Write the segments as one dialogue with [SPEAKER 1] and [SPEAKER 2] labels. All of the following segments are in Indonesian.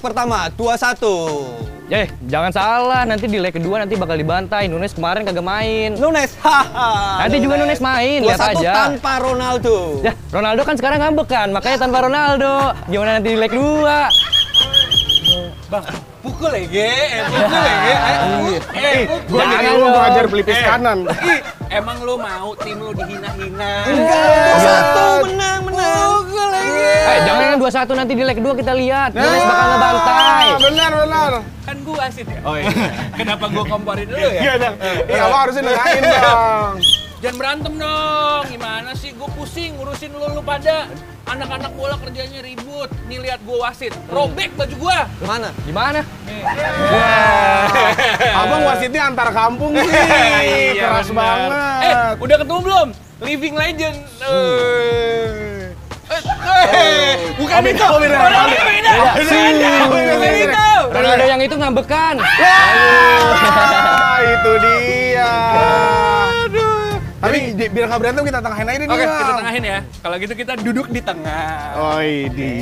[SPEAKER 1] pertama 2-1.
[SPEAKER 2] Eh, jangan salah, nanti di leg kedua nanti bakal dibantai. Nunes kemarin kagak main.
[SPEAKER 1] Nunes, haha.
[SPEAKER 2] Nanti juga Nunes main, lihat
[SPEAKER 1] 2-1
[SPEAKER 2] aja.
[SPEAKER 1] tanpa Ronaldo.
[SPEAKER 2] Ya, Ronaldo kan sekarang ngambek kan, makanya tanpa Ronaldo. Gimana nanti di leg dua?
[SPEAKER 1] Bang, pukul ya, Ge. Eh, pukul ya, Ge. Eh, eh,
[SPEAKER 3] Gue
[SPEAKER 2] Jangan
[SPEAKER 3] Iya. nyari lu
[SPEAKER 2] dong.
[SPEAKER 3] untuk ngajar pelipis kanan.
[SPEAKER 4] Ih, emang lu mau tim lu dihina-hina?
[SPEAKER 1] Enggak,
[SPEAKER 2] Ya.
[SPEAKER 1] 2-1 menang, menang. Pukul ya, Ge.
[SPEAKER 2] Eh, jangan yang 2-1 nanti di leg 2 kita lihat. Nunes bakal ngebantai.
[SPEAKER 3] Ah, Benar, benar.
[SPEAKER 4] Kan gua wasit ya? Oh iya. Kenapa gua komporin dulu ya?
[SPEAKER 3] Iya, Bang. Iya, lo harusnya nengahin, Bang.
[SPEAKER 4] Jangan berantem dong. Gimana sih? Gue pusing ngurusin lu lu pada. Anak-anak bola kerjanya ribut. Nih lihat gue wasit. Robek baju gua.
[SPEAKER 1] Mana?
[SPEAKER 2] Gimana?
[SPEAKER 3] Abang wasitnya antar kampung sih.
[SPEAKER 4] Iya,
[SPEAKER 3] Keras
[SPEAKER 4] Eh,
[SPEAKER 3] banget.
[SPEAKER 4] udah ketemu belum? Living Legend. Eh.
[SPEAKER 3] Hmm. Oh, iya.
[SPEAKER 4] Eh, bukan itu. Beda, beda, beda. Beda, Bukan
[SPEAKER 3] Iya.
[SPEAKER 4] itu.
[SPEAKER 2] Ronaldo yang itu kan? ngambekan.
[SPEAKER 3] Ah, itu dia. Tapi di- biar nggak berantem kita tengahin aja deh.
[SPEAKER 4] Oke,
[SPEAKER 3] nih,
[SPEAKER 4] kita
[SPEAKER 3] Bang.
[SPEAKER 4] tengahin ya. Kalau gitu kita duduk di tengah.
[SPEAKER 3] Oi, di.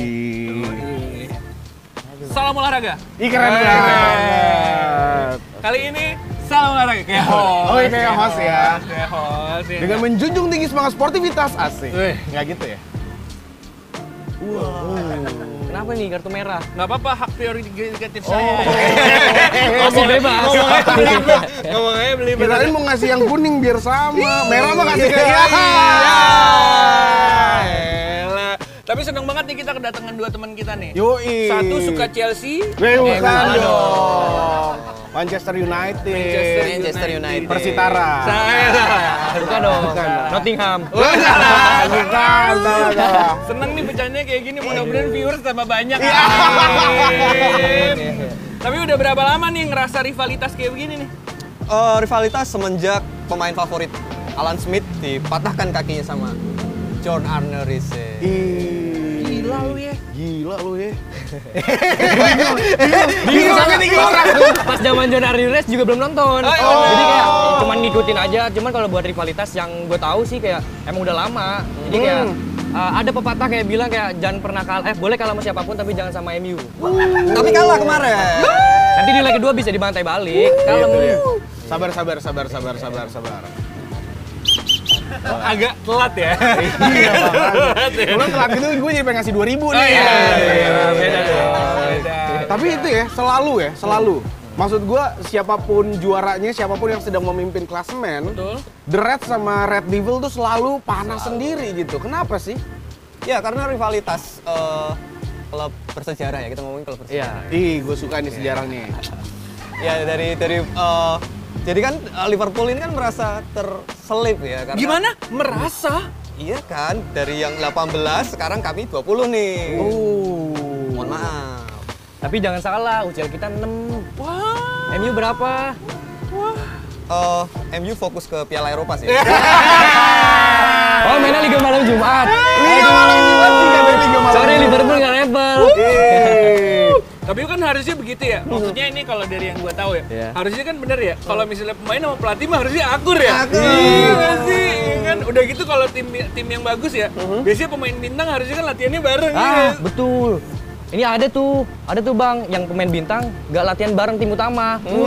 [SPEAKER 4] Salam olahraga.
[SPEAKER 3] Ih, keren banget.
[SPEAKER 4] Kali ini salam olahraga kayak host.
[SPEAKER 3] Oh, ini kayak host ya.
[SPEAKER 4] Kayak host. ya.
[SPEAKER 3] Dengan menjunjung tinggi semangat sportivitas asik.
[SPEAKER 4] Wih.
[SPEAKER 3] Nggak gitu ya?
[SPEAKER 2] Kenapa nih kartu merah?
[SPEAKER 4] Nggak apa-apa, hak prioritatif
[SPEAKER 3] Oh.
[SPEAKER 4] saya.
[SPEAKER 2] Masih bebas.
[SPEAKER 4] Ngomongnya beli
[SPEAKER 3] Kirain mau ngasih yang kuning biar sama. Merah mah kasih ke
[SPEAKER 4] Iya.
[SPEAKER 3] Iya.
[SPEAKER 4] Elah. Tapi seneng banget nih kita kedatangan dua teman kita nih.
[SPEAKER 3] Yoi.
[SPEAKER 4] Satu suka Chelsea,
[SPEAKER 3] Weh,
[SPEAKER 4] eh,
[SPEAKER 3] bukan
[SPEAKER 4] bukan
[SPEAKER 3] dong. Manchester
[SPEAKER 4] Manchester
[SPEAKER 3] United.
[SPEAKER 4] United.
[SPEAKER 1] Manchester United.
[SPEAKER 3] Persitara.
[SPEAKER 4] Salah.
[SPEAKER 2] Bukan dong. Nottingham.
[SPEAKER 3] Wah, salah, salah, salah, salah.
[SPEAKER 4] Seneng nih pecahannya kayak gini, mudah-mudahan viewers tambah banyak.
[SPEAKER 3] Iya.
[SPEAKER 4] Amin. Tapi udah berapa lama nih ngerasa rivalitas kayak begini nih?
[SPEAKER 1] Eh, rivalitas semenjak pemain favorit Alan Smith dipatahkan kakinya sama John Arne Riise.
[SPEAKER 3] Gila lu ya. Gila lu ya.
[SPEAKER 2] Di
[SPEAKER 3] Bingung
[SPEAKER 2] sana
[SPEAKER 3] ini orang.
[SPEAKER 2] Iya, Pas zaman John Race juga belum nonton.
[SPEAKER 4] Oh, iya bener.
[SPEAKER 2] Jadi kayak cuman ngikutin aja. Cuman kalau buat rivalitas yang gue tahu sih kayak emang udah lama. Jadi kayak uh, ada pepatah kayak bilang kayak jangan pernah kalah. Eh boleh kalah sama siapapun tapi jangan sama MU.
[SPEAKER 1] Tapi kalah kemarin.
[SPEAKER 2] Nanti di leg kedua bisa dibantai balik. Kalem.
[SPEAKER 3] Iya, Sabar, sabar, sabar, sabar, sabar, sabar.
[SPEAKER 4] Agak telat ya.
[SPEAKER 3] Iya, Bang. Lu telat gitu gue jadi pengen ngasih 2000
[SPEAKER 4] Oh, iya,
[SPEAKER 3] nih.
[SPEAKER 4] beda dong.
[SPEAKER 3] Tapi itu ya, selalu ya, selalu. Maksud gua siapapun juaranya, siapapun yang sedang memimpin klasemen,
[SPEAKER 4] Betul.
[SPEAKER 3] The Red sama Red Devil tuh selalu panas sendiri gitu. Kenapa sih?
[SPEAKER 1] Ya karena rivalitas eh, klub bersejarah ya kita ngomongin klub bersejarah.
[SPEAKER 2] Iya.
[SPEAKER 3] Ih, gue suka nih sejarah nih.
[SPEAKER 1] Ya dari dari eh, jadi kan eh, Liverpool ini kan merasa terselip ya karena
[SPEAKER 4] Gimana? Merasa?
[SPEAKER 1] Iya kan dari yang 18 sekarang kami 20 nih.
[SPEAKER 3] Oh.
[SPEAKER 1] Mohon maaf.
[SPEAKER 2] Tapi jangan salah, usia kita 6.
[SPEAKER 4] Wah.
[SPEAKER 2] MU berapa?
[SPEAKER 1] Eh, MU fokus ke Piala Eropa sih. Iya
[SPEAKER 2] Oh, mainnya Liga Malam Jumat.
[SPEAKER 3] Liga malam Jumat, tiga dari Liga malam
[SPEAKER 2] Sorry,
[SPEAKER 3] Jumat.
[SPEAKER 2] Liverpool nggak level.
[SPEAKER 3] Yeay.
[SPEAKER 4] Tapi kan harusnya begitu ya. Maksudnya ini kalau dari yang gue tahu ya.
[SPEAKER 2] Iya.
[SPEAKER 4] Harusnya kan bener ya. Kalau misalnya pemain sama pelatih mah harusnya akur ya.
[SPEAKER 1] Akur.
[SPEAKER 4] Iya nggak sih. Iya kan udah gitu kalau tim tim yang bagus ya. Biasanya pemain bintang harusnya kan latihannya bareng
[SPEAKER 3] Iya.
[SPEAKER 4] ya.
[SPEAKER 2] Ah, betul. Ini ada tuh, ada tuh bang, yang pemain bintang nggak latihan bareng tim utama. Hmm.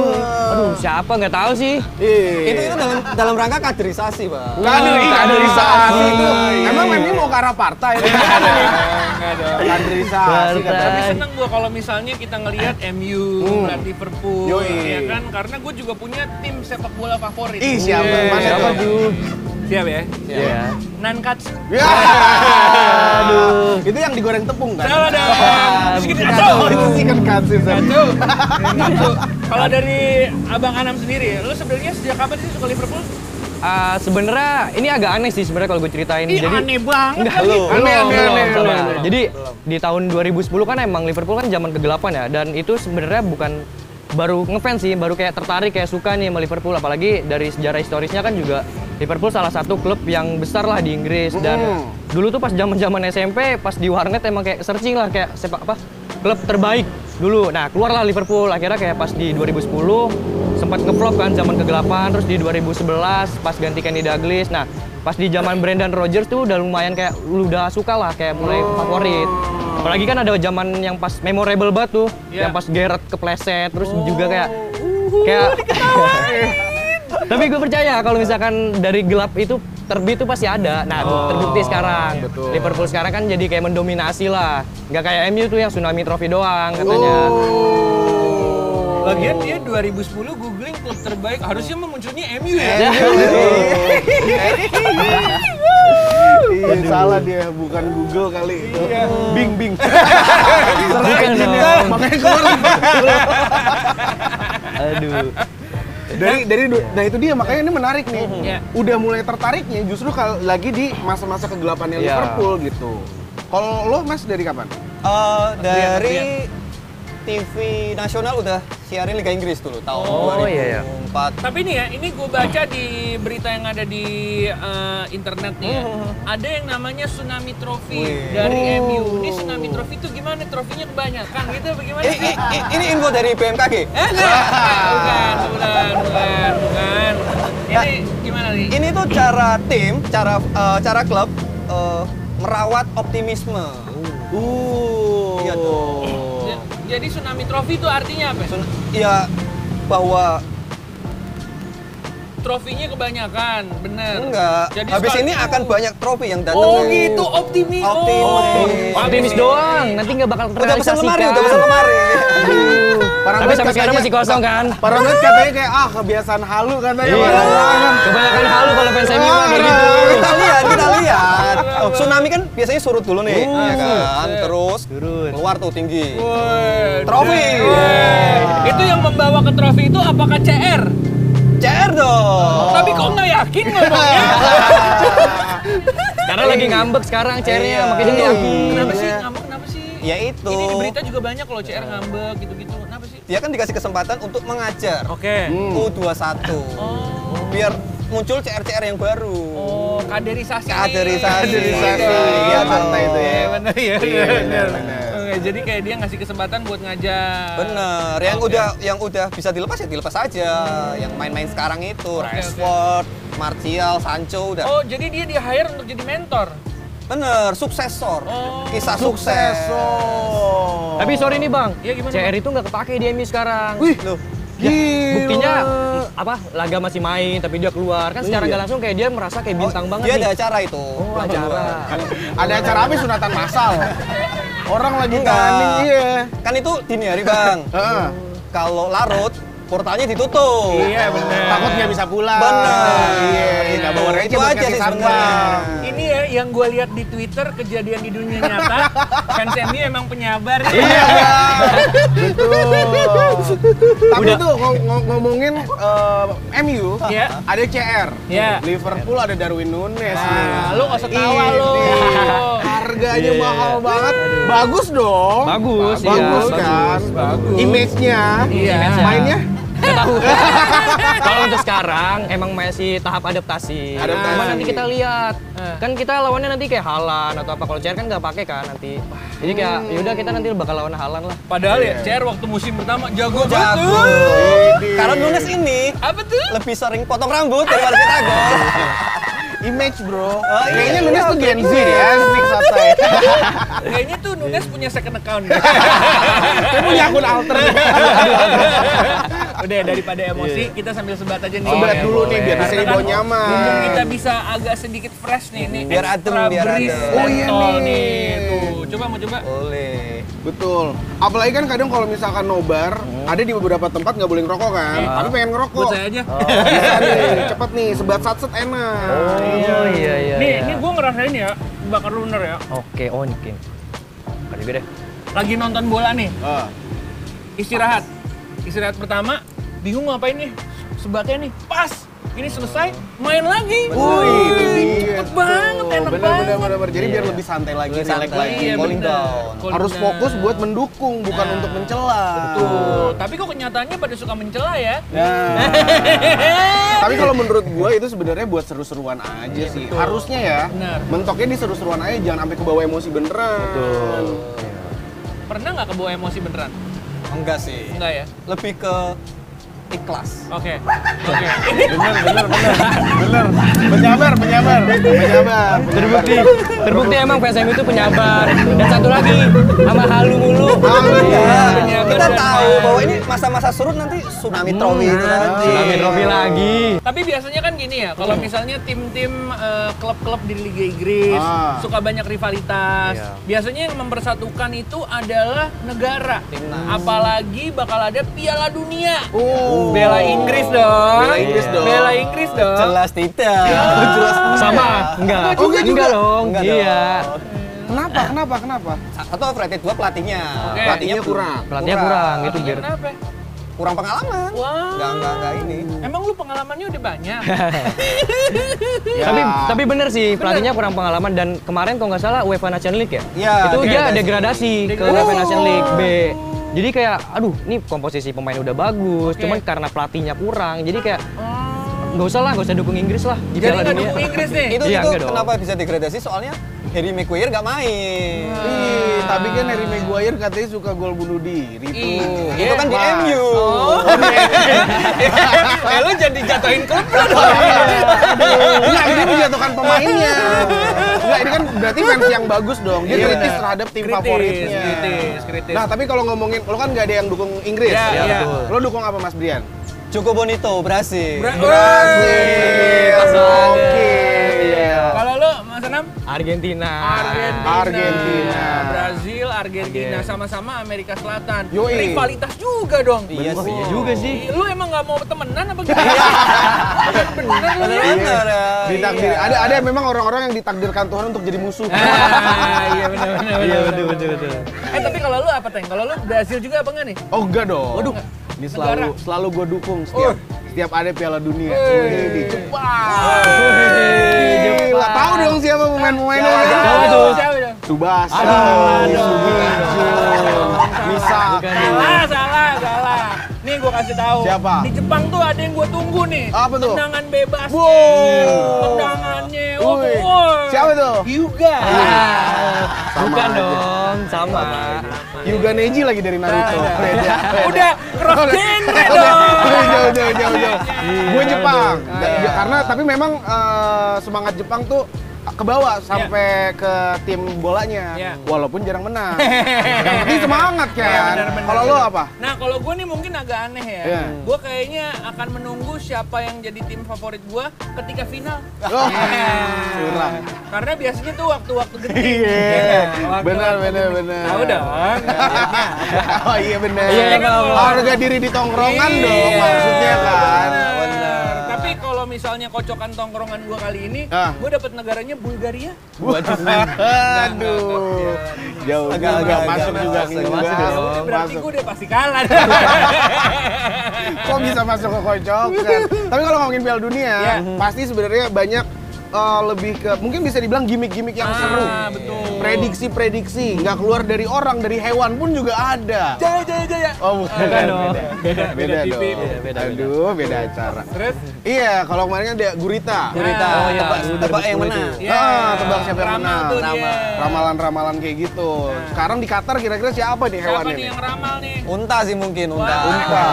[SPEAKER 2] Aduh, siapa nggak tahu sih.
[SPEAKER 3] Ih.
[SPEAKER 1] itu itu dalam dalam rangka kaderisasi, Eh, Bang.
[SPEAKER 3] Kadri, kaderisasi itu.
[SPEAKER 1] Iya.
[SPEAKER 3] Emang MU mau ke arah partai? ya?
[SPEAKER 4] Nggak dong.
[SPEAKER 3] Kaderisasi,
[SPEAKER 4] Tapi
[SPEAKER 3] kaderisasi.
[SPEAKER 4] seneng gue kalau misalnya kita ngelihat MU, ngeliat Liverpool,
[SPEAKER 3] Yoi.
[SPEAKER 4] ya kan? Karena gue juga punya tim sepak bola favorit.
[SPEAKER 3] Ih, siapa?
[SPEAKER 4] Iya.
[SPEAKER 3] Mana
[SPEAKER 2] Siapa
[SPEAKER 3] tuh?
[SPEAKER 2] tuh?
[SPEAKER 4] Siap ya?
[SPEAKER 2] Iya.
[SPEAKER 4] Nankatsu.
[SPEAKER 3] Ya. Aduh. Itu yang digoreng tepung kan?
[SPEAKER 4] Salah dah. Terus kita
[SPEAKER 3] Kacau, itu sih kan kasih tadi.
[SPEAKER 4] Tuh. Tuh. Kalau dari Abang Anam sendiri, lu sebenarnya sejak kapan sih suka Liverpool?
[SPEAKER 2] Ah, sebenarnya ini agak aneh sih sebenarnya kalau gue ceritain. Jadi
[SPEAKER 4] banget.
[SPEAKER 2] Enggak,
[SPEAKER 1] Halo.
[SPEAKER 2] belum,
[SPEAKER 3] Aneh, aneh,
[SPEAKER 2] belum,
[SPEAKER 3] aneh,
[SPEAKER 2] sabar.
[SPEAKER 3] belum, belum.
[SPEAKER 2] Jadi di tahun 2010 kan emang Liverpool kan zaman kegelapan ya dan itu sebenarnya bukan baru ngefans sih, baru kayak tertarik kayak suka nih sama Liverpool apalagi dari sejarah historisnya kan juga Liverpool salah satu klub yang besar lah di Inggris dan dulu tuh pas zaman-zaman SMP pas di warnet emang kayak searching lah kayak sepak apa klub terbaik dulu. Nah, keluarlah Liverpool akhirnya kayak pas di 2010 sempat ngeflop kan zaman kegelapan terus di 2011 pas ganti Kenny Douglas. Nah, pas di zaman Brendan Rodgers tuh udah lumayan kayak lu udah suka lah kayak mulai favorit. Apalagi kan ada zaman yang pas memorable banget tuh, yang
[SPEAKER 4] Iya.
[SPEAKER 2] pas Gerrard kepleset, terus juga kayak
[SPEAKER 1] Oh,
[SPEAKER 2] kayak Tapi gue percaya kalau misalkan dari gelap itu terbit itu pasti ada. Nah,
[SPEAKER 1] Oh,
[SPEAKER 2] terbukti sekarang.
[SPEAKER 3] Betul.
[SPEAKER 2] Liverpool sekarang kan jadi kayak mendominasi lah. Nggak kayak MU tuh yang tsunami trofi doang katanya.
[SPEAKER 1] Oh.
[SPEAKER 4] Bagian dia 2010 googling klub terbaik harusnya mah munculnya MU ya.
[SPEAKER 2] Ya.
[SPEAKER 3] Iya, salah dia, bukan Google kali. Iya. Bing Bing.
[SPEAKER 2] Bukan dong.
[SPEAKER 3] Makanya keluar.
[SPEAKER 2] Aduh.
[SPEAKER 3] dari dari du- nah itu dia makanya ini menarik nih.
[SPEAKER 2] Mhm.
[SPEAKER 4] Iya.
[SPEAKER 3] Udah mulai tertariknya justru kalau lagi di masa-masa kegelapannya
[SPEAKER 2] Iya.
[SPEAKER 3] Liverpool gitu. Kalau lo Mas dari kapan?
[SPEAKER 1] Eh, dari TV nasional udah siarin Liga Inggris dulu tahun
[SPEAKER 2] Oh, iya, iya.
[SPEAKER 1] 2004.
[SPEAKER 4] Tapi nih ya, ini gue baca di berita yang ada di eh, internet nih ya. Ada yang namanya Tsunami Trophy
[SPEAKER 1] Wih.
[SPEAKER 4] dari MU. Ini Tsunami Trophy itu gimana? Trofinya kebanyakan gitu apa gimana?
[SPEAKER 1] Eh, i- i- ini info dari BMKG.
[SPEAKER 4] Eh, enggak. bukan, bukan, bukan, bukan. Ini gimana nih?
[SPEAKER 1] Ini tuh cara tim, cara eh, cara klub eh, merawat optimisme.
[SPEAKER 3] Uh.
[SPEAKER 1] Iya tuh.
[SPEAKER 4] Ja- Jadi Tsunami Trophy itu artinya apa?
[SPEAKER 1] Sun- Iya bahwa
[SPEAKER 4] Trofinya kebanyakan, bener.
[SPEAKER 1] enggak.
[SPEAKER 4] Jadi
[SPEAKER 1] Habis
[SPEAKER 4] sekal-
[SPEAKER 1] ini akan banyak trofi yang datang.
[SPEAKER 4] Oh
[SPEAKER 1] dari-
[SPEAKER 4] gitu, optimis.
[SPEAKER 1] Optimis.
[SPEAKER 4] Oh,
[SPEAKER 2] Optimis doang, nanti nggak bakal
[SPEAKER 1] Udah pesan
[SPEAKER 2] terrealisasikan.
[SPEAKER 1] lemari, udah pesan lemari.
[SPEAKER 2] Tapi sampai sekarang masih kosong kan?
[SPEAKER 3] Paranoid katanya kayak ah kebiasaan halu ya, katanya.
[SPEAKER 2] Iya.
[SPEAKER 3] Paranoid.
[SPEAKER 2] Kebanyakan halu kalau fans MU mah kayak gitu.
[SPEAKER 1] kita lihat, kita lihat. Oh, tsunami kan biasanya surut dulu nih, ya kan? Terus
[SPEAKER 2] Turun.
[SPEAKER 1] keluar tuh tinggi.
[SPEAKER 4] Woi,
[SPEAKER 1] Trofi.
[SPEAKER 4] woi. Itu yang membawa ke trofi itu apakah CR?
[SPEAKER 1] CR dong.
[SPEAKER 4] Oh, Tapi kok nggak yakin ngomongnya?
[SPEAKER 2] Karena lagi ngambek sekarang chairnya,
[SPEAKER 1] Iya.
[SPEAKER 2] makanya
[SPEAKER 1] Iya.
[SPEAKER 2] lagi.
[SPEAKER 4] kenapa sih ngambek? Kenapa sih?
[SPEAKER 1] Ya itu.
[SPEAKER 4] Ini di berita juga banyak loh CR ngambek gitu-gitu. Kenapa sih?
[SPEAKER 1] dia kan dikasih kesempatan untuk mengajar
[SPEAKER 4] Oke.
[SPEAKER 3] Hmm.
[SPEAKER 1] U21.
[SPEAKER 4] Hmm. Oh.
[SPEAKER 1] Biar muncul CR-CR yang baru.
[SPEAKER 4] Oh, kaderisasi.
[SPEAKER 1] Kaderisasi.
[SPEAKER 3] Kaderisasi.
[SPEAKER 1] Iya,
[SPEAKER 4] Dong.
[SPEAKER 1] pantai itu ya.
[SPEAKER 4] Iya, bener ya.
[SPEAKER 3] Iya, bener, bener.
[SPEAKER 4] Oke, jadi kayak dia ngasih kesempatan buat ngajar.
[SPEAKER 1] Bener, yang
[SPEAKER 4] Ah, Oke.
[SPEAKER 1] udah yang udah bisa dilepas ya dilepas aja. Yang main-main sekarang itu,
[SPEAKER 4] Oke, oke.
[SPEAKER 1] Rashford, Martial, Sancho udah.
[SPEAKER 4] Oh, jadi dia di hire untuk jadi mentor.
[SPEAKER 1] Bener, suksesor.
[SPEAKER 4] Oh.
[SPEAKER 1] Kisah sukses.
[SPEAKER 3] Suksesor.
[SPEAKER 2] Tapi sorry nih bang,
[SPEAKER 4] Iya, gimana,
[SPEAKER 2] CR itu nggak kepake di MU sekarang.
[SPEAKER 1] Wih, loh.
[SPEAKER 2] Ya,
[SPEAKER 3] Gila.
[SPEAKER 2] buktinya m- apa laga masih main tapi dia keluar kan secara
[SPEAKER 3] Iya.
[SPEAKER 2] nggak langsung kayak dia merasa kayak bintang
[SPEAKER 1] Oh,
[SPEAKER 2] banget
[SPEAKER 1] Dia
[SPEAKER 2] nih.
[SPEAKER 1] ada acara itu.
[SPEAKER 2] Oh, acara.
[SPEAKER 3] Kan ada acara apa sunatan massal. Orang lagi
[SPEAKER 1] Enggak.
[SPEAKER 3] tanding iya.
[SPEAKER 1] Kan itu dini hari, Bang.
[SPEAKER 3] Heeh.
[SPEAKER 1] Kalau larut, portalnya ditutup.
[SPEAKER 4] Oh, Iya, bener.
[SPEAKER 3] Takut nggak bisa pulang.
[SPEAKER 1] Bener.
[SPEAKER 3] Iya, nggak bawa
[SPEAKER 1] Itu
[SPEAKER 3] receh buat
[SPEAKER 1] aja
[SPEAKER 3] kasih
[SPEAKER 1] sih
[SPEAKER 3] satpam.
[SPEAKER 1] sebenarnya.
[SPEAKER 4] Ini ya yang gue lihat di Twitter kejadian di dunia nyata fans MU emang penyabar.
[SPEAKER 3] Betul. Tapi tuh ngo- ngo- ngomongin eh, MU,
[SPEAKER 4] Iya.
[SPEAKER 3] ada CR.
[SPEAKER 4] Iya.
[SPEAKER 3] Liverpool ada Darwin Nunes.
[SPEAKER 4] Nah, lu nggak usah tawa
[SPEAKER 3] Ini
[SPEAKER 4] lu.
[SPEAKER 3] Harganya
[SPEAKER 2] Iya.
[SPEAKER 3] mahal banget. Bagus dong.
[SPEAKER 2] Bagus, iya,
[SPEAKER 3] bagus kan.
[SPEAKER 2] bagus.
[SPEAKER 3] Image-nya.
[SPEAKER 4] Iya.
[SPEAKER 3] Mainnya
[SPEAKER 2] Nggak tahu. Eh, Kalau untuk sekarang emang masih tahap adaptasi.
[SPEAKER 3] Adaptasi.
[SPEAKER 2] Cuma nanti kita lihat. Kan kita lawannya nanti kayak Halan atau apa kalau CR kan nggak pakai kan nanti. Jadi kayak yaudah kita nanti bakal lawan Halan lah.
[SPEAKER 4] Padahal ya CR waktu musim pertama jago banget.
[SPEAKER 1] Jago.
[SPEAKER 4] tuh.
[SPEAKER 1] Karena Nunes ini
[SPEAKER 4] Apa tuh?
[SPEAKER 1] lebih sering potong rambut daripada kita gol.
[SPEAKER 3] image,
[SPEAKER 1] Oh,
[SPEAKER 3] Bro.
[SPEAKER 1] iya,
[SPEAKER 3] Kayaknya
[SPEAKER 1] iya,
[SPEAKER 3] Nunes tuh Gen Z ya, Nick Satay.
[SPEAKER 4] Kayaknya tuh Nunes punya second account.
[SPEAKER 3] Dia punya akun alter.
[SPEAKER 4] Udah ya, daripada emosi, kita sambil sebat aja nih.
[SPEAKER 3] Sebat
[SPEAKER 4] Iya,
[SPEAKER 3] dulu
[SPEAKER 4] boleh.
[SPEAKER 3] nih, biar bisa
[SPEAKER 4] Karena
[SPEAKER 3] dibawa
[SPEAKER 4] kan
[SPEAKER 3] nyaman.
[SPEAKER 4] mumpung kita bisa agak sedikit fresh nih, nih
[SPEAKER 1] Biar adem,
[SPEAKER 4] extra
[SPEAKER 1] biar
[SPEAKER 4] breeze
[SPEAKER 1] adem.
[SPEAKER 4] dan
[SPEAKER 3] Oh, iya
[SPEAKER 4] tol
[SPEAKER 3] nih.
[SPEAKER 4] Tuh, coba mau coba.
[SPEAKER 1] Boleh.
[SPEAKER 3] Betul. Apalagi kan kadang kalau misalkan nobar, ada di beberapa tempat nggak boleh ngerokok kan. Tapi pengen ngerokok.
[SPEAKER 4] Buat saya aja.
[SPEAKER 3] Bisa nih, cepet nih, sebat satset enak. Ah.
[SPEAKER 2] Oh iya iya.
[SPEAKER 4] Nih,
[SPEAKER 2] iya.
[SPEAKER 4] ini gue ngerasain ya, bakar lu bener ya.
[SPEAKER 2] Oke, oh nyekin. Ada juga deh.
[SPEAKER 4] Lagi nonton bola nih,
[SPEAKER 3] Ah.
[SPEAKER 4] istirahat. Istirahat pertama, bingung ngapain nih. Sebatnya nih, pas. Ini selesai, main lagi.
[SPEAKER 3] Wuih, itu
[SPEAKER 4] Wih, Oh,
[SPEAKER 3] dia
[SPEAKER 4] cepet banget, enak
[SPEAKER 3] iya. Bener,
[SPEAKER 4] banget.
[SPEAKER 3] bener, bener, bener. Jadi biar
[SPEAKER 2] Iya.
[SPEAKER 3] lebih santai lagi,
[SPEAKER 1] Lebih
[SPEAKER 3] relax
[SPEAKER 1] santai.
[SPEAKER 3] lagi.
[SPEAKER 1] Iya, Calling
[SPEAKER 4] bener.
[SPEAKER 1] down.
[SPEAKER 4] Calling
[SPEAKER 3] Harus
[SPEAKER 4] down.
[SPEAKER 3] fokus buat mendukung, bukan
[SPEAKER 4] Nah.
[SPEAKER 3] untuk mencela.
[SPEAKER 4] Tuh, tapi kok kenyataannya pada suka mencela ya?
[SPEAKER 3] Nah. Tapi kalau menurut gua itu sebenarnya buat seru-seruan aja sih. Harusnya ya.
[SPEAKER 4] Benar.
[SPEAKER 3] Mentoknya di seru-seruan aja, jangan sampai kebawa emosi beneran. Betul.
[SPEAKER 4] Pernah nggak kebawa emosi beneran?
[SPEAKER 1] Enggak sih.
[SPEAKER 4] Enggak ya?
[SPEAKER 1] Lebih ke ikhlas.
[SPEAKER 4] Oke. Oke.
[SPEAKER 5] Bener, bener, bener. Bener. Penyabar, penyabar.
[SPEAKER 3] Penyabar.
[SPEAKER 2] Terbukti, terbukti emang fans MU itu penyabar. Dan satu lagi sama halu mulu. Iya, penyabar
[SPEAKER 1] Kita
[SPEAKER 2] dan
[SPEAKER 1] tahu
[SPEAKER 2] halu.
[SPEAKER 1] bahwa ini masa-masa surut nanti tsunami trofi itu kan. nanti.
[SPEAKER 2] Tsunami Nah, trofi lagi.
[SPEAKER 4] Tapi biasanya kan gini ya, kalau misalnya tim-tim eh, klub-klub di Liga Inggris
[SPEAKER 3] Ah.
[SPEAKER 4] suka banyak rivalitas.
[SPEAKER 2] Iya.
[SPEAKER 4] Biasanya yang mempersatukan itu adalah negara. Apalagi bakal ada Piala Dunia.
[SPEAKER 3] Oh.
[SPEAKER 4] Bela Inggris dong.
[SPEAKER 3] Bela Inggris dong.
[SPEAKER 4] Bela Inggris dong.
[SPEAKER 1] Iya.
[SPEAKER 4] Iya.
[SPEAKER 1] Jelas tidak. Jelas tidak.
[SPEAKER 2] Sama, enggak.
[SPEAKER 3] Oh, enggak juga.
[SPEAKER 2] Enggak dong.
[SPEAKER 1] Enggak dong.
[SPEAKER 2] Iya.
[SPEAKER 3] Kenapa? Kenapa? Kenapa?
[SPEAKER 1] Satu overrated, dua pelatihnya.
[SPEAKER 4] Oke. Iya,
[SPEAKER 1] Pelatihnya kurang.
[SPEAKER 2] Pelatihnya kurang gitu, itu
[SPEAKER 4] Artinya
[SPEAKER 2] biar.
[SPEAKER 4] Kenapa?
[SPEAKER 1] Kurang pengalaman.
[SPEAKER 4] Wah.
[SPEAKER 1] Enggak, enggak, enggak ini.
[SPEAKER 4] Emang lu pengalamannya udah banyak.
[SPEAKER 2] Tapi tapi bener sih pelatihnya kurang pengalaman dan kemarin kalau nggak salah UEFA National League ya.
[SPEAKER 1] Iya,
[SPEAKER 2] itu dia
[SPEAKER 1] degradasi.
[SPEAKER 2] degradasi ke
[SPEAKER 4] Degradasi.
[SPEAKER 2] UEFA National League B. Jadi kayak aduh ini komposisi pemain udah bagus,
[SPEAKER 4] Oke.
[SPEAKER 2] cuman karena pelatihnya kurang. Jadi kayak
[SPEAKER 4] Hmm,
[SPEAKER 2] nggak usah lah, nggak usah dukung Inggris lah di
[SPEAKER 4] Jadi
[SPEAKER 2] Piala
[SPEAKER 4] nggak
[SPEAKER 2] Dunia.
[SPEAKER 4] dukung Inggris nih.
[SPEAKER 1] Itu, itu
[SPEAKER 2] Iya, enggak dong.
[SPEAKER 1] kenapa bisa degradasi soalnya Harry Maguire nggak main.
[SPEAKER 3] Ih, tapi kan Harry Maguire katanya suka gol bunuh diri
[SPEAKER 4] Ih,
[SPEAKER 3] tuh.
[SPEAKER 1] Itu kan di
[SPEAKER 3] Mas.
[SPEAKER 1] MU.
[SPEAKER 4] Iya. Oh, eh, lu jadi jatuhin klub lu dong.
[SPEAKER 3] Enggak, ini Iya, kan menjatuhkan pemainnya. Enggak, ini kan berarti fans yang bagus dong. Dia
[SPEAKER 4] Iya,
[SPEAKER 3] kritis
[SPEAKER 4] benar.
[SPEAKER 3] terhadap tim
[SPEAKER 4] Kritis,
[SPEAKER 3] favoritnya.
[SPEAKER 4] kritis, kritis.
[SPEAKER 3] Nah, tapi kalau ngomongin, lo kan nggak ada yang dukung Inggris.
[SPEAKER 4] Iya, Iya, iya. betul.
[SPEAKER 3] Lo dukung apa Mas Brian?
[SPEAKER 1] Cukup Bonito, Brasil.
[SPEAKER 4] Bra-
[SPEAKER 3] Brasil.
[SPEAKER 4] Pas banget.
[SPEAKER 3] Oke. Iya.
[SPEAKER 4] Kalau lu Mas Enam?
[SPEAKER 2] Argentina.
[SPEAKER 4] Argentina.
[SPEAKER 3] Argentina.
[SPEAKER 4] Brazil, Argentina sama-sama Amerika Selatan.
[SPEAKER 3] Yoi.
[SPEAKER 4] Rivalitas juga dong.
[SPEAKER 1] Iya sih.
[SPEAKER 2] Iya juga sih.
[SPEAKER 4] Lu emang nggak mau temenan apa gimana?
[SPEAKER 3] Iya.
[SPEAKER 4] Bener lu ya.
[SPEAKER 1] Bener ya.
[SPEAKER 3] Ditakdir. Ada ada memang orang-orang yang ditakdirkan Tuhan untuk jadi musuh.
[SPEAKER 4] Ah, Iya benar benar benar.
[SPEAKER 2] Iya betul betul betul.
[SPEAKER 4] Eh tapi kalau lu apa Teng? Kalau lu Brazil juga apa enggak nih?
[SPEAKER 3] Oh enggak dong.
[SPEAKER 4] Waduh.
[SPEAKER 3] Ini selalu
[SPEAKER 4] Negara.
[SPEAKER 3] selalu gue dukung setiap setiap ada Piala Dunia. Wih, di Jepang. Wih, Lah tahu dong siapa pemain-pemainnya.
[SPEAKER 2] Siapa tuh?
[SPEAKER 4] Siapa tuh?
[SPEAKER 3] Subasa,
[SPEAKER 2] Aduh.
[SPEAKER 3] Sugiharjo, Misaka.
[SPEAKER 4] Salah, salah, salah. Nih gue kasih tahu.
[SPEAKER 3] Siapa?
[SPEAKER 4] Di Jepang tuh ada yang gue tunggu nih.
[SPEAKER 3] Apa tuh?
[SPEAKER 4] Tendangan bebas.
[SPEAKER 3] Wow.
[SPEAKER 4] Tendangannya. oh, Wow.
[SPEAKER 3] Wih, Siapa tuh?
[SPEAKER 4] Hyuga.
[SPEAKER 2] Bukan dong, sama.
[SPEAKER 3] Yuga Neji lagi dari Naruto. ya,
[SPEAKER 4] Salah.
[SPEAKER 3] Beda, beda.
[SPEAKER 4] Udah cross genre
[SPEAKER 3] Udah,
[SPEAKER 4] dong.
[SPEAKER 3] udah, jauh, jauh, jauh, jauh. Gue Jepang.
[SPEAKER 4] Iya.
[SPEAKER 3] Ya, karena tapi memang eh, semangat Jepang tuh kebawa sampai ke tim bolanya.
[SPEAKER 4] Iya.
[SPEAKER 3] Walaupun jarang menang. Yang penting semangat
[SPEAKER 4] Iya,
[SPEAKER 3] kan.
[SPEAKER 4] benar, benar,
[SPEAKER 3] Kalau lo
[SPEAKER 4] benar.
[SPEAKER 3] apa?
[SPEAKER 4] Nah, kalau gue nih mungkin agak aneh ya.
[SPEAKER 3] Iya.
[SPEAKER 4] Gue kayaknya akan menunggu siapa yang jadi tim favorit gue ketika final.
[SPEAKER 3] Oh, curang.
[SPEAKER 4] Karena biasanya tuh waktu-waktu gede.
[SPEAKER 3] Iya.
[SPEAKER 4] waktu-waktu
[SPEAKER 3] Benar,
[SPEAKER 4] gede.
[SPEAKER 3] benar, benar.
[SPEAKER 4] Tahu dong.
[SPEAKER 3] oh iya benar.
[SPEAKER 2] Iya, iya, kalau-
[SPEAKER 3] Harga diri di tongkrongan dong
[SPEAKER 4] Iya,
[SPEAKER 3] maksudnya kan.
[SPEAKER 4] bener. Tapi kalau misalnya kocokan tongkrongan gua kali ini,
[SPEAKER 3] Ah.
[SPEAKER 4] gua dapat negaranya Bulgaria.
[SPEAKER 3] Iya. Aduh. Jauh
[SPEAKER 1] Agak-
[SPEAKER 3] juga
[SPEAKER 1] agak-
[SPEAKER 3] masuk
[SPEAKER 1] agak
[SPEAKER 3] juga
[SPEAKER 1] masuk,
[SPEAKER 3] ini
[SPEAKER 1] masuk
[SPEAKER 3] juga.
[SPEAKER 4] Berarti
[SPEAKER 3] Ah, Masuk.
[SPEAKER 4] gua udah pasti kalah.
[SPEAKER 3] Kok bisa masuk ke kocokan? Tapi kalau ngomongin Piala Dunia,
[SPEAKER 4] Iya.
[SPEAKER 3] pasti sebenarnya banyak eh, lebih ke mungkin bisa dibilang gimmick-gimmick yang
[SPEAKER 4] Ah,
[SPEAKER 3] seru.
[SPEAKER 4] betul.
[SPEAKER 3] Prediksi-prediksi nggak keluar dari orang, dari hewan pun juga ada.
[SPEAKER 4] jaya jaya jaya.
[SPEAKER 3] Oh, bukan.
[SPEAKER 2] Bukan dong.
[SPEAKER 3] Beda, beda,
[SPEAKER 4] Beda
[SPEAKER 3] dong.
[SPEAKER 4] TV.
[SPEAKER 2] Beda, beda, beda.
[SPEAKER 3] Aduh, beda acara.
[SPEAKER 4] Terus
[SPEAKER 3] Iya, kalau kemarin ada gurita.
[SPEAKER 1] Gurita,
[SPEAKER 4] Oh,
[SPEAKER 2] iya.
[SPEAKER 1] tebak,
[SPEAKER 2] Dulu
[SPEAKER 1] tebak yang
[SPEAKER 2] dulu
[SPEAKER 1] menang.
[SPEAKER 4] Iya.
[SPEAKER 3] Ah, tebak siapa yang
[SPEAKER 4] Ramal
[SPEAKER 3] menang.
[SPEAKER 4] tuh
[SPEAKER 1] Ramal.
[SPEAKER 4] dia. Nah.
[SPEAKER 3] Ramalan-ramalan kayak gitu. Sekarang di Qatar kira-kira siapa nih
[SPEAKER 4] Siapa
[SPEAKER 3] hewannya?
[SPEAKER 4] nih
[SPEAKER 3] nih?
[SPEAKER 4] yang ramal nih?
[SPEAKER 1] Unta sih mungkin, unta.
[SPEAKER 4] Wah.
[SPEAKER 1] Unta.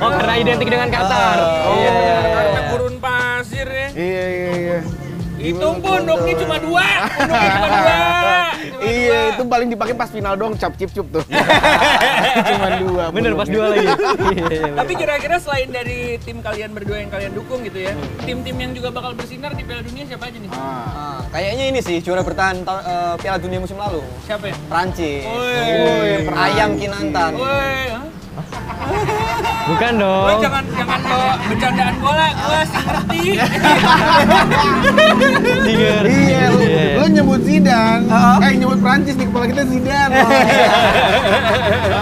[SPEAKER 2] Oh, karena identik dengan Qatar.
[SPEAKER 1] Oh.
[SPEAKER 2] Iya, iya,
[SPEAKER 4] Karena
[SPEAKER 2] iya.
[SPEAKER 4] gurun pasir ya.
[SPEAKER 3] Iya, iya, iya.
[SPEAKER 4] Hitung pun unduknya cuma dua. Unduknya cuma dua. Cuma
[SPEAKER 3] Iya,
[SPEAKER 4] dua.
[SPEAKER 3] itu paling dipakai pas final doang, cap cip cup tuh. Cuma dua.
[SPEAKER 2] Bener pas dua
[SPEAKER 3] pulangnya.
[SPEAKER 2] lagi. Iya, iya, bener.
[SPEAKER 4] Tapi kira-kira selain dari tim kalian berdua yang kalian dukung gitu ya, tim-tim yang juga bakal bersinar di Piala Dunia siapa aja nih?
[SPEAKER 3] Ah.
[SPEAKER 1] Ah, kayaknya ini sih juara bertahan ta- eh, Piala Dunia musim lalu.
[SPEAKER 4] Siapa ya?
[SPEAKER 1] Prancis.
[SPEAKER 4] Woi.
[SPEAKER 1] Ayam Kinantan.
[SPEAKER 4] Woi. hah?
[SPEAKER 2] Bukan
[SPEAKER 4] Woi,
[SPEAKER 3] Oh.
[SPEAKER 2] dong.
[SPEAKER 4] jangan jangan bawa bercandaan bola, gua sih ngerti.
[SPEAKER 2] Tiger.
[SPEAKER 3] Iya, lu,
[SPEAKER 2] Iya.
[SPEAKER 3] lu nyebut Zidane, eh nyebut Prancis di kepala kita Zidane. Ah.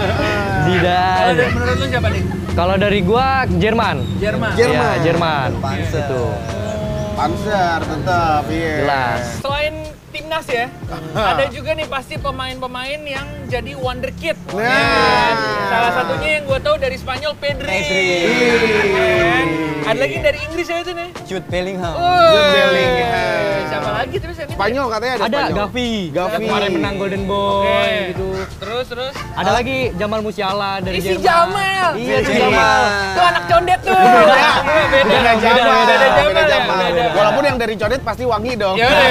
[SPEAKER 4] Kalau
[SPEAKER 2] Zidane.
[SPEAKER 4] dari- menurut lu siapa nih?
[SPEAKER 2] Kalau dari gua Jerman.
[SPEAKER 4] Jerman.
[SPEAKER 3] Jer- Jerman.
[SPEAKER 2] Iya, Jerman.
[SPEAKER 1] Panser.
[SPEAKER 2] Itu.
[SPEAKER 3] Panzer tetap, iya.
[SPEAKER 2] Jelas.
[SPEAKER 4] Selain timnas ya, ada
[SPEAKER 3] Ah.
[SPEAKER 4] juga nih pasti pemain-pemain yang jadi wonderkid.
[SPEAKER 3] Nah.
[SPEAKER 4] kan? Salah satunya yang gua tahu dari Spanyol Pedri.
[SPEAKER 1] Pedri.
[SPEAKER 4] Kan? Ada lagi dari Inggris ya itu nih.
[SPEAKER 1] Jude Bellingham.
[SPEAKER 4] Woi.
[SPEAKER 3] Bellingham.
[SPEAKER 4] Siapa lagi terus yang ini?
[SPEAKER 3] Spanyol katanya ada,
[SPEAKER 2] Ada
[SPEAKER 3] Spanyol.
[SPEAKER 2] Gavi.
[SPEAKER 3] Gavi.
[SPEAKER 2] Kemarin menang Golden Boy
[SPEAKER 4] Oke.
[SPEAKER 2] gitu.
[SPEAKER 4] Terus terus.
[SPEAKER 2] Ada lagi Jamal Musiala dari
[SPEAKER 6] Isi
[SPEAKER 2] Jerman.
[SPEAKER 6] Jamal.
[SPEAKER 2] Iya, si
[SPEAKER 1] Jerman.
[SPEAKER 2] Jamal.
[SPEAKER 6] Tuh anak condet tuh.
[SPEAKER 4] Iya, Beda, beda,
[SPEAKER 3] Iya, Beda
[SPEAKER 4] beda,
[SPEAKER 3] Jamal.
[SPEAKER 4] beda,
[SPEAKER 3] Beda
[SPEAKER 4] beda,
[SPEAKER 3] Jamal. Iya,
[SPEAKER 4] beda.
[SPEAKER 3] Walaupun yang dari codet pasti wangi dong.
[SPEAKER 4] Ya udah.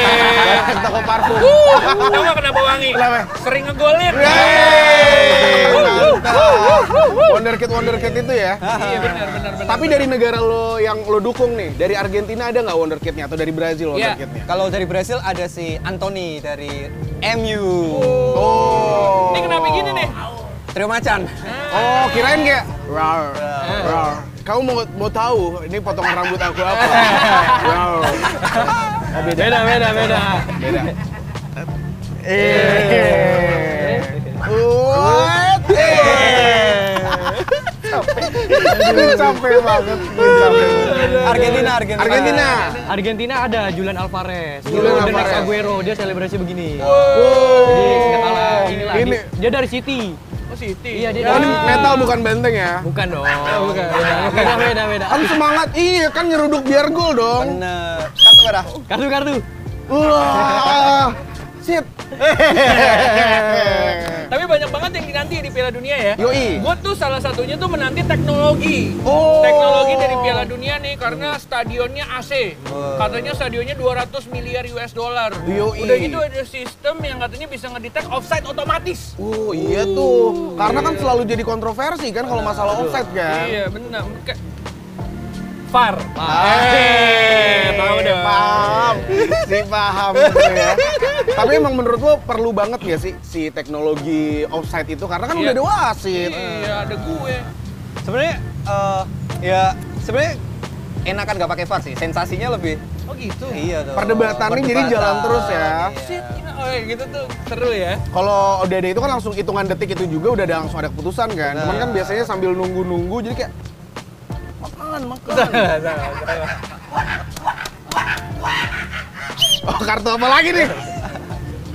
[SPEAKER 3] Toko parfum.
[SPEAKER 4] Tahu nggak kenapa wangi?
[SPEAKER 3] Kenapa? Iya.
[SPEAKER 4] Sering ngegolin.
[SPEAKER 3] Yeay, mantap. Wonderkid Wonderkid itu ya.
[SPEAKER 4] Iya benar benar benar.
[SPEAKER 3] Tapi dari negara lo yang lo dukung nih, dari Argentina ada nggak wonderkidnya atau dari Brazil
[SPEAKER 4] Iya.
[SPEAKER 3] wonderkidnya?
[SPEAKER 1] Kalau dari Brasil ada si Anthony dari MU.
[SPEAKER 3] Oh.
[SPEAKER 4] Ini kenapa gini nih?
[SPEAKER 1] Trio Macan.
[SPEAKER 3] Oh, kirain kayak rar, rar. Kamu mau mau tahu ini potongan rambut aku apa? Rar. Oh, beda.
[SPEAKER 2] Beda, beda, beda.
[SPEAKER 3] Beda. Eh. What? Eh. Capek. Capek banget. Capek.
[SPEAKER 1] Argentina, Argentina.
[SPEAKER 3] Argentina.
[SPEAKER 2] Argentina ada Julian Alvarez.
[SPEAKER 3] Julian
[SPEAKER 2] Julian Alvarez.
[SPEAKER 3] Alvarez.
[SPEAKER 2] Aguero dia selebrasi begini. Jadi nggak kalah
[SPEAKER 3] Wow.
[SPEAKER 2] inilah.
[SPEAKER 3] Ini
[SPEAKER 2] Dia- Dia dari City.
[SPEAKER 4] Oh Siti.
[SPEAKER 2] Iya, dia
[SPEAKER 3] Oh, ini
[SPEAKER 2] dari
[SPEAKER 3] metal bukan benteng ya?
[SPEAKER 2] Bukan dong. Beda, beda, beda, beda.
[SPEAKER 3] Kan semangat, iya kan nyeruduk biar gol dong.
[SPEAKER 1] Bener. Kartu merah.
[SPEAKER 2] Kartu, kartu.
[SPEAKER 3] Wah, sip.
[SPEAKER 4] Tapi banyak banget yang dinanti di Piala Dunia ya.
[SPEAKER 3] Yoi.
[SPEAKER 4] Gue tuh salah satunya tuh menanti teknologi.
[SPEAKER 3] Oh.
[SPEAKER 4] Teknologi dari Piala Dunia nih karena stadionnya AC. Katanya stadionnya 200 miliar US dollar.
[SPEAKER 3] Yoi.
[SPEAKER 4] Udah gitu ada sistem yang katanya bisa ngedetect offside otomatis.
[SPEAKER 3] Oh iya tuh, karena kan selalu jadi kontroversi kan kalau masalah offside kan.
[SPEAKER 4] Iya benar. Ke- Far.
[SPEAKER 3] Eh,
[SPEAKER 4] tahu dong.
[SPEAKER 3] Paham, si paham gitu ya. Tapi emang menurut lo perlu banget ya sih si teknologi offside itu karena kan
[SPEAKER 4] Iya.
[SPEAKER 3] udah ada wasit.
[SPEAKER 4] Iya, ada gue.
[SPEAKER 1] Sebenarnya eh, ya sebenarnya enakan nggak pakai VAR sih. Sensasinya lebih.
[SPEAKER 4] Oh gitu.
[SPEAKER 1] Iya dong.
[SPEAKER 3] Perdebatannya jadi
[SPEAKER 1] Perdebatan. Iya.
[SPEAKER 3] jalan terus ya.
[SPEAKER 4] Shit. Oh, gitu tuh seru ya.
[SPEAKER 3] Kalau udah ada itu kan langsung hitungan detik itu juga udah ada langsung ada keputusan kan. Cuman kan biasanya sambil nunggu-nunggu jadi kayak makan makan. oh kartu apa lagi nih?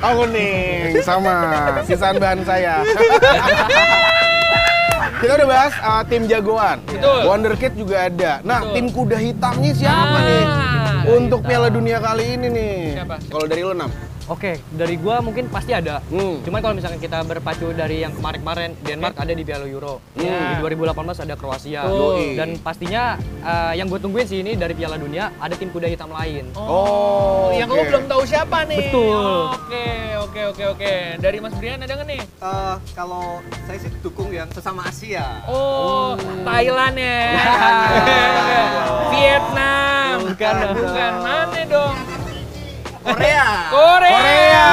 [SPEAKER 3] Oh kuning sama sisaan bahan saya. Kita udah bahas uh, tim jagoan.
[SPEAKER 4] Betul.
[SPEAKER 3] Wonderkid juga ada. Nah,
[SPEAKER 4] Betul.
[SPEAKER 3] tim kuda hitamnya siapa
[SPEAKER 4] Ah,
[SPEAKER 3] nih?
[SPEAKER 4] kuda
[SPEAKER 3] Untuk Piala Dunia kali ini nih.
[SPEAKER 4] Siapa?
[SPEAKER 3] Kalau dari lo enam.
[SPEAKER 2] Oke, dari gua mungkin pasti ada.
[SPEAKER 3] Hmm.
[SPEAKER 2] Cuman kalau misalkan kita berpacu dari yang kemarin-kemarin, Denmark ada di Piala Euro.
[SPEAKER 4] Ya.
[SPEAKER 2] Di 2018 ada Kroasia.
[SPEAKER 4] Betul.
[SPEAKER 3] Yoi.
[SPEAKER 2] Dan pastinya eh, yang gue tungguin sih ini dari Piala Dunia ada tim kuda hitam lain.
[SPEAKER 3] Oh,
[SPEAKER 4] yang lo
[SPEAKER 3] oke.
[SPEAKER 4] belum tahu siapa nih. Oh,
[SPEAKER 2] Betul.
[SPEAKER 4] Oke, oke, oke, oke. Dari Mas Brian ada nggak nih?
[SPEAKER 1] Eh, kalau saya sih dukung yang sesama Asia.
[SPEAKER 4] Oh, Thailand ya. Vietnam.
[SPEAKER 2] Bukan dong.
[SPEAKER 4] Bukan. Mana dong?
[SPEAKER 1] Korea.
[SPEAKER 4] Korea. Oh,
[SPEAKER 3] Korea.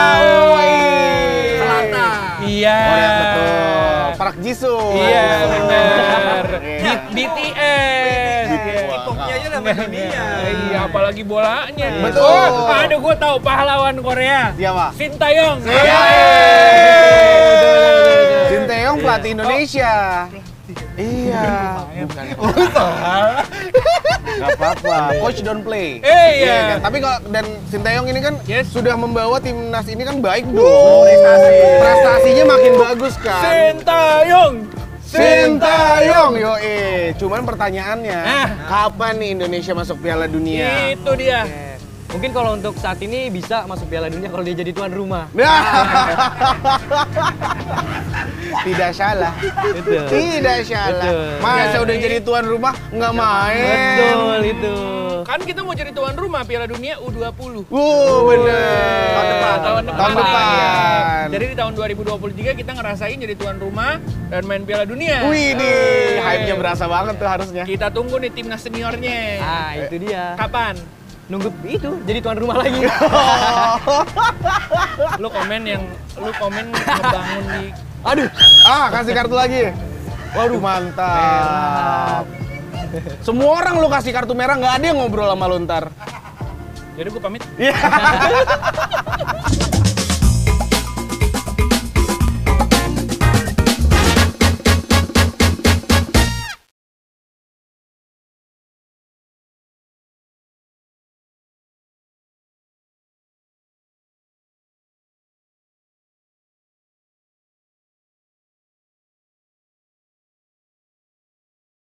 [SPEAKER 3] woi.
[SPEAKER 1] Selatan.
[SPEAKER 4] Iya.
[SPEAKER 3] Korea Oh, betul. Park Jisoo.
[SPEAKER 4] Iya, benar.
[SPEAKER 3] Iya.
[SPEAKER 4] B- BTS.
[SPEAKER 1] K-popnya aja nama dunia.
[SPEAKER 4] Iya, apalagi bolanya.
[SPEAKER 3] Iya. Betul.
[SPEAKER 4] Oh, ada gue tahu pahlawan Korea.
[SPEAKER 1] Iya,
[SPEAKER 3] Siapa?
[SPEAKER 4] Sintayong.
[SPEAKER 3] Iya. Shin Iya. Taeyong pelatih Indonesia. Iya, bukan. Gak apa-apa. Coach don't play.
[SPEAKER 4] Eh, iya.
[SPEAKER 3] kan? Tapi kalau dan Shin Taeyong ini kan
[SPEAKER 4] Yes.
[SPEAKER 3] sudah membawa timnas ini kan baik dong. Prestasi. Prestasinya makin bagus kan.
[SPEAKER 4] Sintayong.
[SPEAKER 3] Shin Taeyong, yoi. Cuman pertanyaannya,
[SPEAKER 4] Ah.
[SPEAKER 3] kapan nih Indonesia masuk Piala Dunia?
[SPEAKER 4] Itu dia.
[SPEAKER 2] Oke. Mungkin kalau untuk saat ini bisa masuk Piala Dunia kalau dia jadi tuan rumah.
[SPEAKER 3] Tidak salah.
[SPEAKER 2] Betul.
[SPEAKER 3] Tidak salah.
[SPEAKER 2] Betul.
[SPEAKER 4] Iya.
[SPEAKER 3] Masa udah jadi tuan rumah nggak main.
[SPEAKER 2] Betul itu.
[SPEAKER 4] Kan kita mau jadi tuan rumah Piala Dunia U20.
[SPEAKER 3] Wuh, bener.
[SPEAKER 4] Tahun depan, tahun depan. Iya.
[SPEAKER 3] Tahun depan.
[SPEAKER 4] Jadi di tahun 2023 kita ngerasain jadi tuan rumah dan main Piala Dunia.
[SPEAKER 3] Wih nih,
[SPEAKER 4] Oke.
[SPEAKER 3] hype-nya berasa banget tuh harusnya.
[SPEAKER 4] Kita tunggu nih timnas seniornya.
[SPEAKER 2] Ah, itu dia.
[SPEAKER 4] Kapan?
[SPEAKER 2] Nunggu itu jadi tuan rumah lagi.
[SPEAKER 4] Lu komen yang lu komen ngebangun di
[SPEAKER 2] Aduh.
[SPEAKER 3] Ah, kasih kartu lagi. Waduh, mantap. Semua orang lu kasih kartu merah nggak ada yang ngobrol sama lu ntar.
[SPEAKER 4] Jadi gue pamit.
[SPEAKER 3] Iya.